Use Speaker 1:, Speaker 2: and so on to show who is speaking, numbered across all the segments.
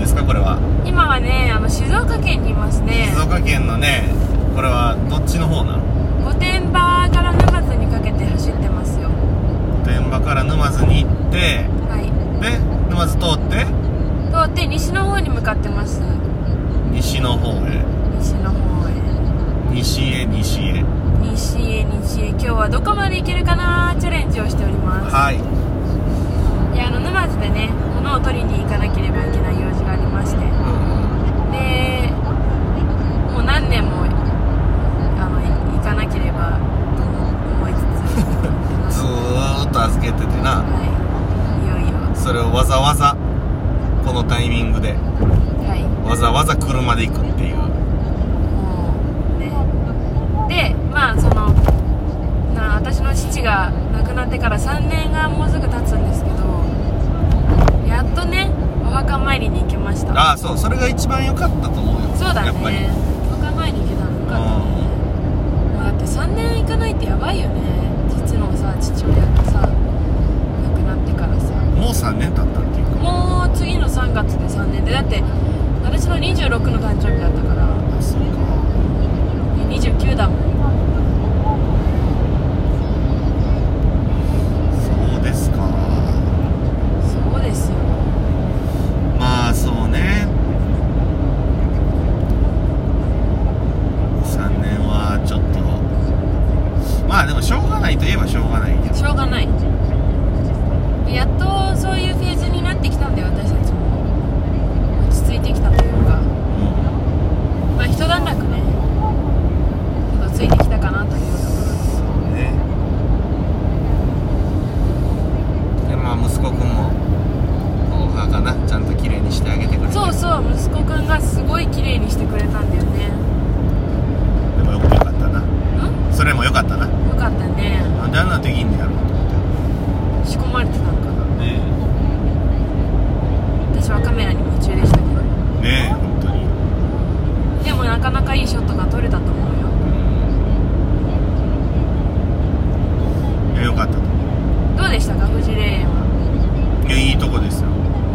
Speaker 1: ですかこれは
Speaker 2: 今はねあの静岡県にいますね
Speaker 1: 静岡県のねこれはどっちの方なの
Speaker 2: 御殿場から沼津にかけて走ってますよ
Speaker 1: 天場から沼津に行って
Speaker 2: はい
Speaker 1: で沼津通って
Speaker 2: 通って西の方に向かってます
Speaker 1: 西の方へ
Speaker 2: 西の方へ
Speaker 1: 西へ西へ
Speaker 2: 西へ西へ今日はどこまで行けるかなチャレンジをしております
Speaker 1: はい
Speaker 2: いやあの沼津でね物を取りに行かなければいけない用事がありまして
Speaker 1: う
Speaker 2: でもう何年もあのい行かなければと思いつ
Speaker 1: ん
Speaker 2: つ
Speaker 1: ずーっと預けててな
Speaker 2: はいいよいよ
Speaker 1: それをわざわざこのタイミングで
Speaker 2: はい
Speaker 1: わざわざ車で行くっていう
Speaker 2: もうねでまあそのな私の父が亡くなってから3年がもうすぐ経つんですけどやっとねお墓参りに行きました
Speaker 1: ああそうそれが一番良かったと思うよ
Speaker 2: そうだ
Speaker 1: やっぱり
Speaker 2: ねお墓参り行けたのよかったねまあだって3年行かないってやばいよね実のさ父親がさ亡くなってからさ
Speaker 1: もう3年経ったっていうか
Speaker 2: もう次の3月で3年でだって私の26の誕生日だったから
Speaker 1: あそうか
Speaker 2: 29だもん
Speaker 1: そうですか
Speaker 2: そうですよ
Speaker 1: まあそうね3年はちょっとまあでもしょうがないといえばしょうがないけど
Speaker 2: しょうがないやっとそういうフェーズになってきたんで私たちも落ち着いてきたというか
Speaker 1: うん
Speaker 2: まあ一段落ねちょっとついてきたかなというところです
Speaker 1: そうねでまあ息子くんもお墓なちゃんと綺麗にしてあげてくれて
Speaker 2: そうそう息子くんがすごい綺麗にしてくれたんだよね
Speaker 1: でもよかったな
Speaker 2: う
Speaker 1: それもよかったなん
Speaker 2: よかったね
Speaker 1: なんであんなできんのやろうと思っ
Speaker 2: 仕込まれてたんかな
Speaker 1: てね
Speaker 2: 私はカメラに夢中でしたけど
Speaker 1: えねえ本当に
Speaker 2: でもなかなかいいショットが撮れたと思うよ
Speaker 1: いやよかったと思
Speaker 2: どうでしたか富士霊園は
Speaker 1: ういやいいとこですよ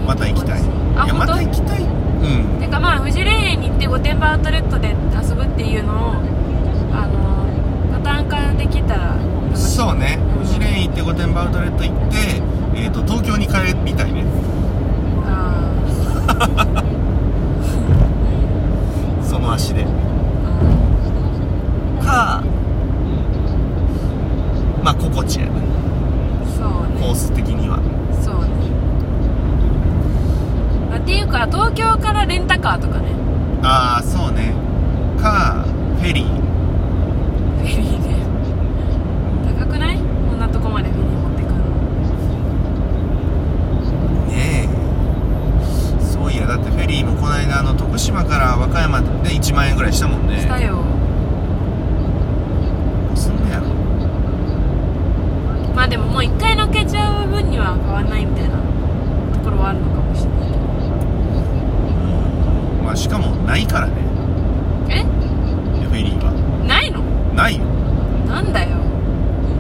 Speaker 1: また行きたいい
Speaker 2: あ
Speaker 1: や
Speaker 2: 本
Speaker 1: ま
Speaker 2: 当
Speaker 1: た行きたいうん
Speaker 2: てかまあ富士霊園に行って御殿場アウトレットで遊ぶっていうのをあのパターン化できたら楽しい
Speaker 1: そうね富士レ園行って御殿場アウトレット行ってえっ、と東京に帰りたいね
Speaker 2: あ
Speaker 1: その足で
Speaker 2: ー
Speaker 1: かまあ心地やね
Speaker 2: うんそう
Speaker 1: コ
Speaker 2: ね
Speaker 1: ース的には
Speaker 2: そうねあっていうか東京からレンタカーとかね
Speaker 1: ああそうねかフェリー
Speaker 2: フェリーで高くないこんなとこまでフェリー持ってくるの
Speaker 1: ねえそういやだってフェリーもこの間あの徳島から和歌山で1万円ぐらいしたもんね
Speaker 2: したよ
Speaker 1: すんねやろ
Speaker 2: まあでももう一回のけちゃう分には変わんないみたいなところはあるのかもしれない
Speaker 1: まあしかもないからね
Speaker 2: けど
Speaker 1: フェリーは
Speaker 2: えないの
Speaker 1: ないよ
Speaker 2: なんだよ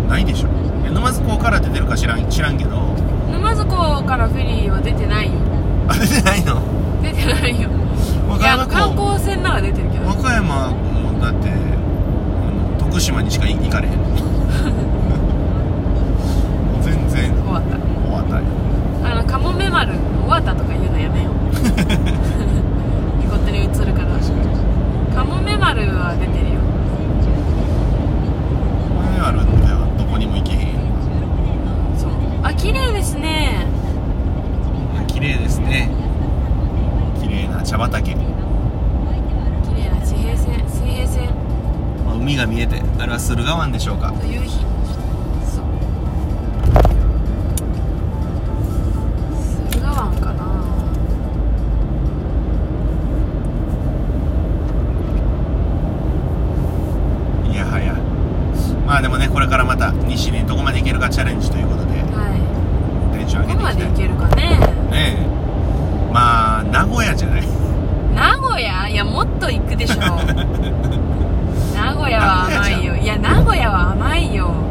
Speaker 1: ないでしょえ沼津港から出てるか知らん知らんけど
Speaker 2: 沼津港からフェリーは出てないよ
Speaker 1: あ出てないの
Speaker 2: 出てないよ
Speaker 1: 和
Speaker 2: い
Speaker 1: 歌
Speaker 2: や
Speaker 1: 山
Speaker 2: 観
Speaker 1: 港
Speaker 2: 光船なら出てるけど
Speaker 1: 和歌山もだってあの徳島にしか行かれへんもう全然
Speaker 2: 終わった
Speaker 1: 終わったよ
Speaker 2: あのカモメ丸終わったとか言うのやめよう見事に映るからカモメ丸は出てるよ
Speaker 1: 前あるんだよどこにも行けへん
Speaker 2: そうあ綺麗ですね
Speaker 1: 綺麗ですね綺麗な茶畑、
Speaker 2: 綺麗な地平線水平線
Speaker 1: まあ海が見えてあれは駿河湾でしょうか
Speaker 2: と夕日そう駿河湾かな
Speaker 1: いやはやまあでもねこれからまた西にどこまで行けるかチャレンジということで
Speaker 2: はい
Speaker 1: テンション
Speaker 2: ど
Speaker 1: 上げ
Speaker 2: こ
Speaker 1: てい
Speaker 2: ま
Speaker 1: き
Speaker 2: で
Speaker 1: たい
Speaker 2: 行けるかね
Speaker 1: ねえまあ名古屋じゃない
Speaker 2: 名古屋いやもっと行くでしょ名古屋は甘いよいや名古屋は甘いよ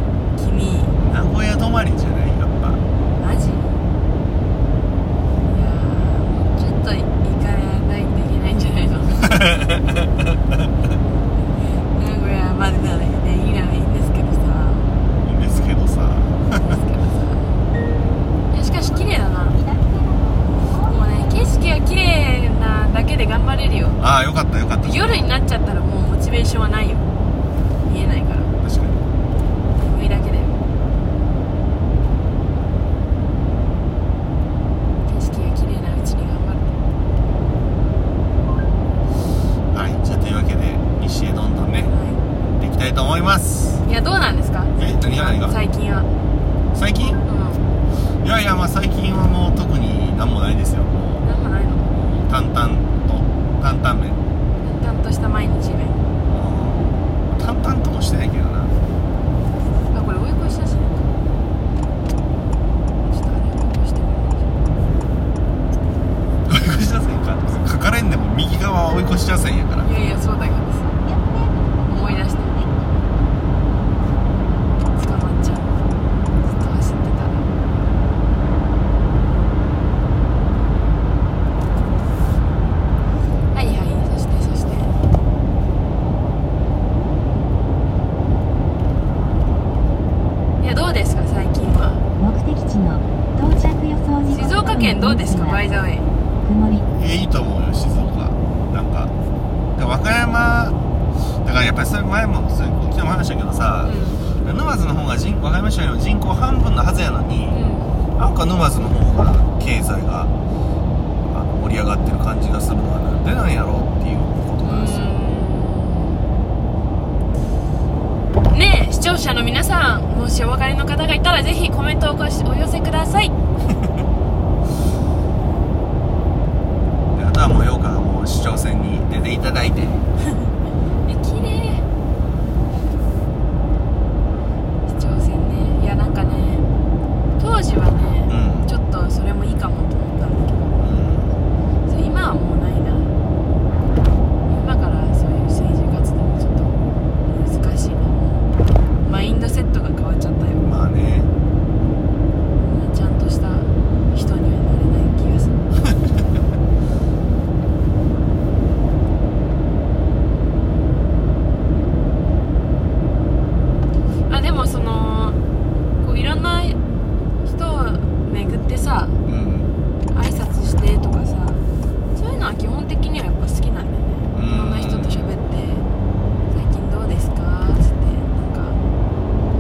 Speaker 2: 証はないよ見えないから
Speaker 1: 確かに
Speaker 2: 上だけで景色が綺麗なうちに頑張
Speaker 1: はいじゃあというわけで西へどんどんね
Speaker 2: る、
Speaker 1: 行っていきたいと思います
Speaker 2: はい、いやどうなんですか
Speaker 1: え何が何が
Speaker 2: 最近は
Speaker 1: 最近
Speaker 2: うん
Speaker 1: いやいやまあ最近はもう特に何もないですよも
Speaker 2: なんもないの
Speaker 1: う淡々と担々麺
Speaker 2: 淡々とした毎日ね
Speaker 1: うん淡々ともしてないけどな
Speaker 2: あこれ追い越し写真だちょっとあれ追い越してもらえ
Speaker 1: 追い越し車線か書かれんでも右側は追い越し車線やから
Speaker 2: ないいやいやそうだけどさ思い出して捕まっちゃうずっと走ってたらはいはいそしてそしていやどうですか最近は
Speaker 3: 目的地の到着予想時刻
Speaker 2: 静岡県どうですかバイザウェイ
Speaker 3: 曇り
Speaker 1: いやいいと思うよ静岡なんかで和歌山だからやっぱりそれ前もそれこっちでも話したけどさ、沼津の方が人和歌山市よりも人口半分のはずやのに
Speaker 2: うん、うん
Speaker 1: なんか沼津の方が経済があの盛り上がってる感じがするのはなんでなんやろうっていうことなんですよ、
Speaker 2: ねえ視聴者の皆さんもしお分かりの方がいたらぜひコメントをおこしお寄せください
Speaker 1: であとはもうようかがもう市長選に出ていただいて
Speaker 2: え綺麗市長選ねいやなんかね当時は
Speaker 1: う
Speaker 2: ね、
Speaker 1: ん
Speaker 2: ちょっとそれもいいかもと思ったんだけどそれ今はもうないな今からそういう政治活動もちょっと難しいなもうマインドセットが変わっちゃったよ
Speaker 1: うんまあね
Speaker 2: ちゃんとした人にはなれない気がする あでもそのこういろんな人を巡ってさ
Speaker 1: うん
Speaker 2: 挨拶してとかさそういうのは基本的にはやっぱ好きなんだよね
Speaker 1: うん
Speaker 2: いろんな人と喋って「最近どうですか?」っつってなんか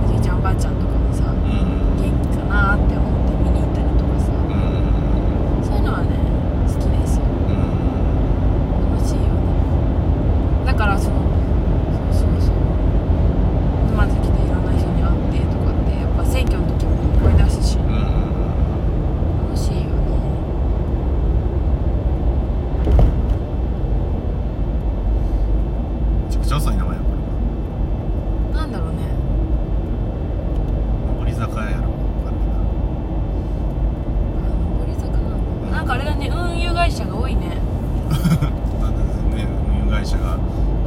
Speaker 2: おじいちゃんおばあちゃんとかもさ
Speaker 1: うん
Speaker 2: 元気かなって思って見に行ったりとかさ
Speaker 1: うん
Speaker 2: そういうのはね好きですよ
Speaker 1: うん
Speaker 2: 楽しいよねだからそのそうそうそう沼津来ていろんな人に会ってとかってやっぱ選挙の時も思い出すし
Speaker 1: うん
Speaker 2: 楽しいよね
Speaker 1: めちゃくちゃ遅い名前やこれは
Speaker 2: なんだろうね
Speaker 1: 上り坂やろわかん
Speaker 2: あ上
Speaker 1: ない
Speaker 2: り坂なんだなんかあれだね運輸会社が多いね
Speaker 1: ななんでね運輸会社が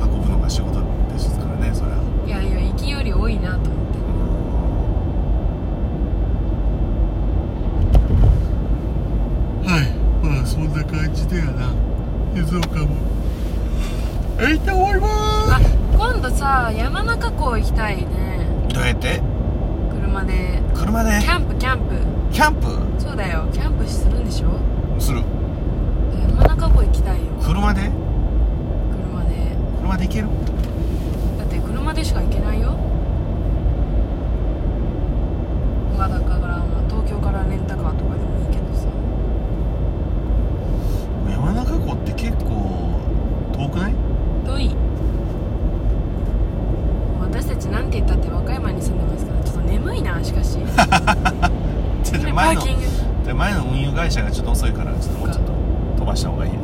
Speaker 1: 運ぶのが仕事ですからねそれはい
Speaker 2: やいや行きより多いなと思って
Speaker 1: はいまあそんな感じだよな静岡もえいと思いま
Speaker 2: あ今度さ山中湖行きたいね
Speaker 1: すどうやって
Speaker 2: 車で
Speaker 1: 車で
Speaker 2: キャンプキャンプ
Speaker 1: キャンプ
Speaker 2: そうだよキャンプするんでしょ
Speaker 1: する
Speaker 2: 山中湖行きたいよ
Speaker 1: 車で
Speaker 2: 車で
Speaker 1: 車で行ける
Speaker 2: だって車でしか行けないよまあだからまあ東京からレンタカーとかでもいいけどさ
Speaker 1: 山中湖って結構遠くない
Speaker 2: 遠い私たちなんて言ったって和歌山に住んでますからちょっと眠いなしか し
Speaker 1: ちょっと
Speaker 2: パー
Speaker 1: 前の
Speaker 2: キング
Speaker 1: で前の運輸会社がちょっと遅いからちょっともうちょっと飛ばした方がいいよ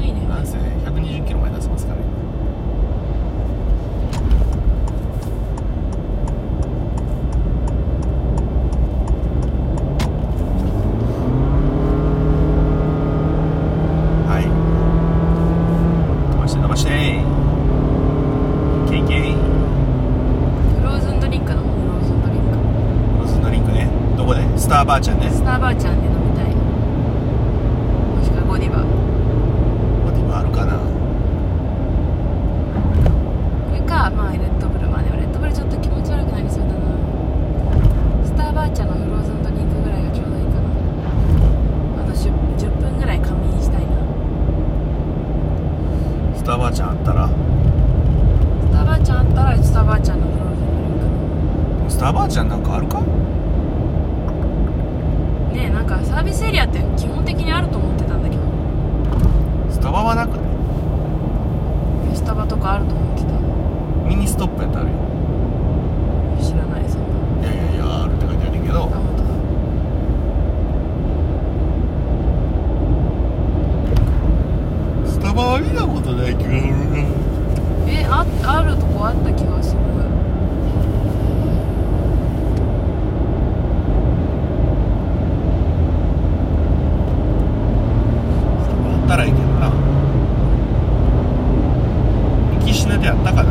Speaker 2: 眠いね
Speaker 1: なんせ120キロ前出せますから今はい飛ばして飛ばしてケイケイ
Speaker 2: フローズンドリンクのフローズンドリン
Speaker 1: ロズのリンクねどこでスターバーちゃんね
Speaker 2: クスターバーちゃんで飲みたいもしくはゴディバ
Speaker 1: モディブあるかな
Speaker 2: これかまあレッドブルまあでもレッドブルちょっと気持ち悪くなりそうだなスターバーチャのフローズンドリンクぐらいがちょうどいいかなあと 10, 10分ぐらい仮眠したいな
Speaker 1: スターバーちゃんあったら
Speaker 2: エリアって基本的にあると思ってたんだけど
Speaker 1: スタバはなくね
Speaker 2: スタバとかあると思ってた
Speaker 1: ミニストップやったらあるよ
Speaker 2: 知らないそんない
Speaker 1: やいやいやあるって書いてあるけ
Speaker 2: あ
Speaker 1: ど
Speaker 2: 本当だ
Speaker 1: スタバは見たことない気がするな
Speaker 2: えああるとこあった気がする
Speaker 1: スタバあったらいいけどな行きしなであったかな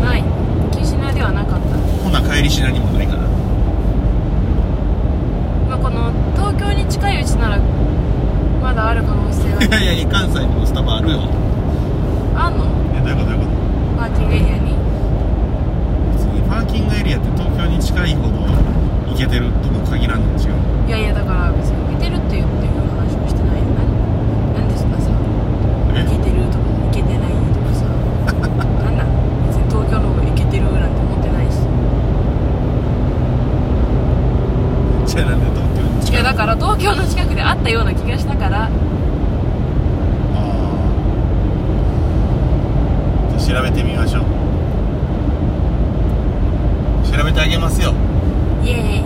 Speaker 2: ないキシナではなかった
Speaker 1: ほな帰りしなにもないかな
Speaker 2: まあ、この東京に近いうちならまだある可能性
Speaker 1: いや
Speaker 2: が
Speaker 1: いやいや関西にもスタバあるよ
Speaker 2: あんの
Speaker 1: えどういうことどういうこと
Speaker 2: パーキングエリアに
Speaker 1: 別にパーキングエリアって東京に近いほど行けてるとも限らんの違う
Speaker 2: いやいやだから別に行けてるっていうっていう話をしてないよなんなんでそんなさ
Speaker 1: え
Speaker 2: 行けてるとか行けてないとかさ なんなん別に東京の方が行けてるなんて思ってないし
Speaker 1: じゃあなんで東京に
Speaker 2: い
Speaker 1: 近い
Speaker 2: やだから東京の近くであったような気がしたから
Speaker 1: ああじゃあ調べてみましょう調べてあげますよ
Speaker 2: イエーイ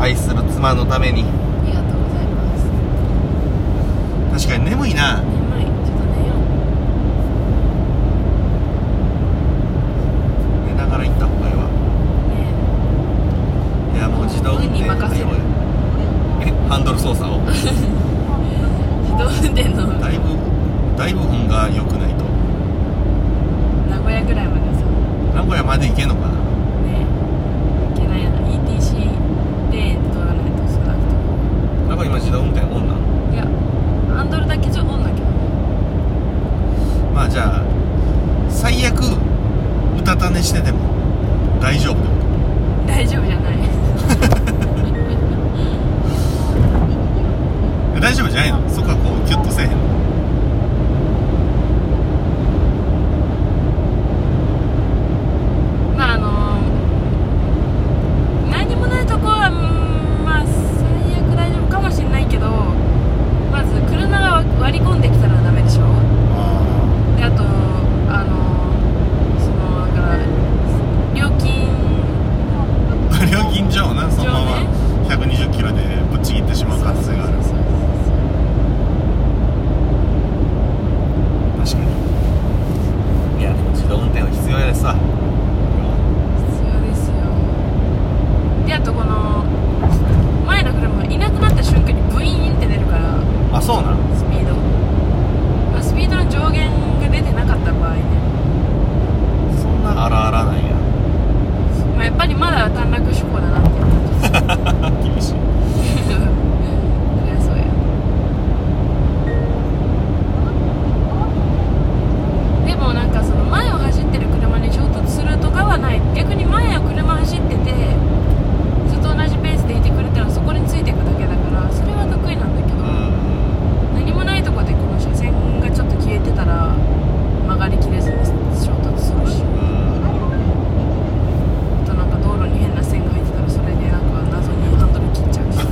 Speaker 1: 愛する妻のため
Speaker 2: あ
Speaker 1: に
Speaker 2: りがとうございます
Speaker 1: 確かに眠
Speaker 2: 眠い
Speaker 1: いな
Speaker 2: ちょっと寝よう
Speaker 1: 寝ながら行った方がいいわ
Speaker 2: ね
Speaker 1: いやもう自動運転
Speaker 2: 運に任せる
Speaker 1: えハンドル操作を
Speaker 2: 自動運転の
Speaker 1: だいぶだいぶ運が良くないと
Speaker 2: 名古屋ぐらいまでさ
Speaker 1: 名古屋まで行けんのかな
Speaker 2: ねいけないな ETC で取らないと少なくとも
Speaker 1: 名古屋今自動運転オンなん
Speaker 2: いやハンドルだけじゃ乗んだけどね
Speaker 1: まあじゃあ最悪うたた寝してても大丈夫ってこ
Speaker 2: 大丈夫じゃない
Speaker 1: とえ大丈夫じゃないのそこはこうキュッとせえへんの
Speaker 2: まああの何もないとこはうんまあ最悪大丈夫かもしれないけどまず車が割り込んできたらダメでしょ
Speaker 1: あ
Speaker 2: であとあのそのだから料金
Speaker 1: あ料金上なそのまま
Speaker 2: 上ね
Speaker 1: 120キロでぶっちぎってしまう可能性がある
Speaker 2: そうそうそうそう
Speaker 1: 確かにいやでも自動運転は必要やですわ
Speaker 2: 必要ですよであとこの前の車がいなくなった瞬間にブイーンって出るから
Speaker 1: あそうなん
Speaker 2: スピードまあスピードの上限が出てなかった場合ね、
Speaker 1: そんなあらあらなんや
Speaker 2: まあ、やっぱりまだ短絡手法だなって感じです だか
Speaker 1: 厳しい
Speaker 2: らそうやでもなんかその前を走ってる車に衝突するとかはない逆に前を車走っててずっと同じペースでいてくれたらそこについていくだけだからそれは得意なんだけ
Speaker 1: う
Speaker 2: ど、
Speaker 1: ん
Speaker 2: 何もないとこでこの車線がちょっと消えてたら曲がりきれずに衝突するし
Speaker 1: うん
Speaker 2: あとなんか道路に変な線が入ってたらそれでなんか謎にハンドル切っちゃうし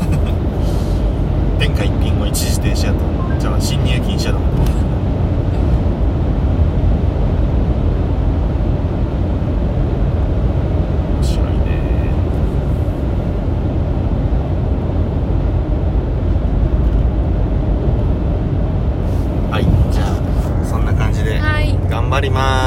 Speaker 1: 天下一品を一時停止やとじゃあ進入禁止やと思って面白いねはいじゃあそんな感じで
Speaker 2: はい
Speaker 1: 頑張りま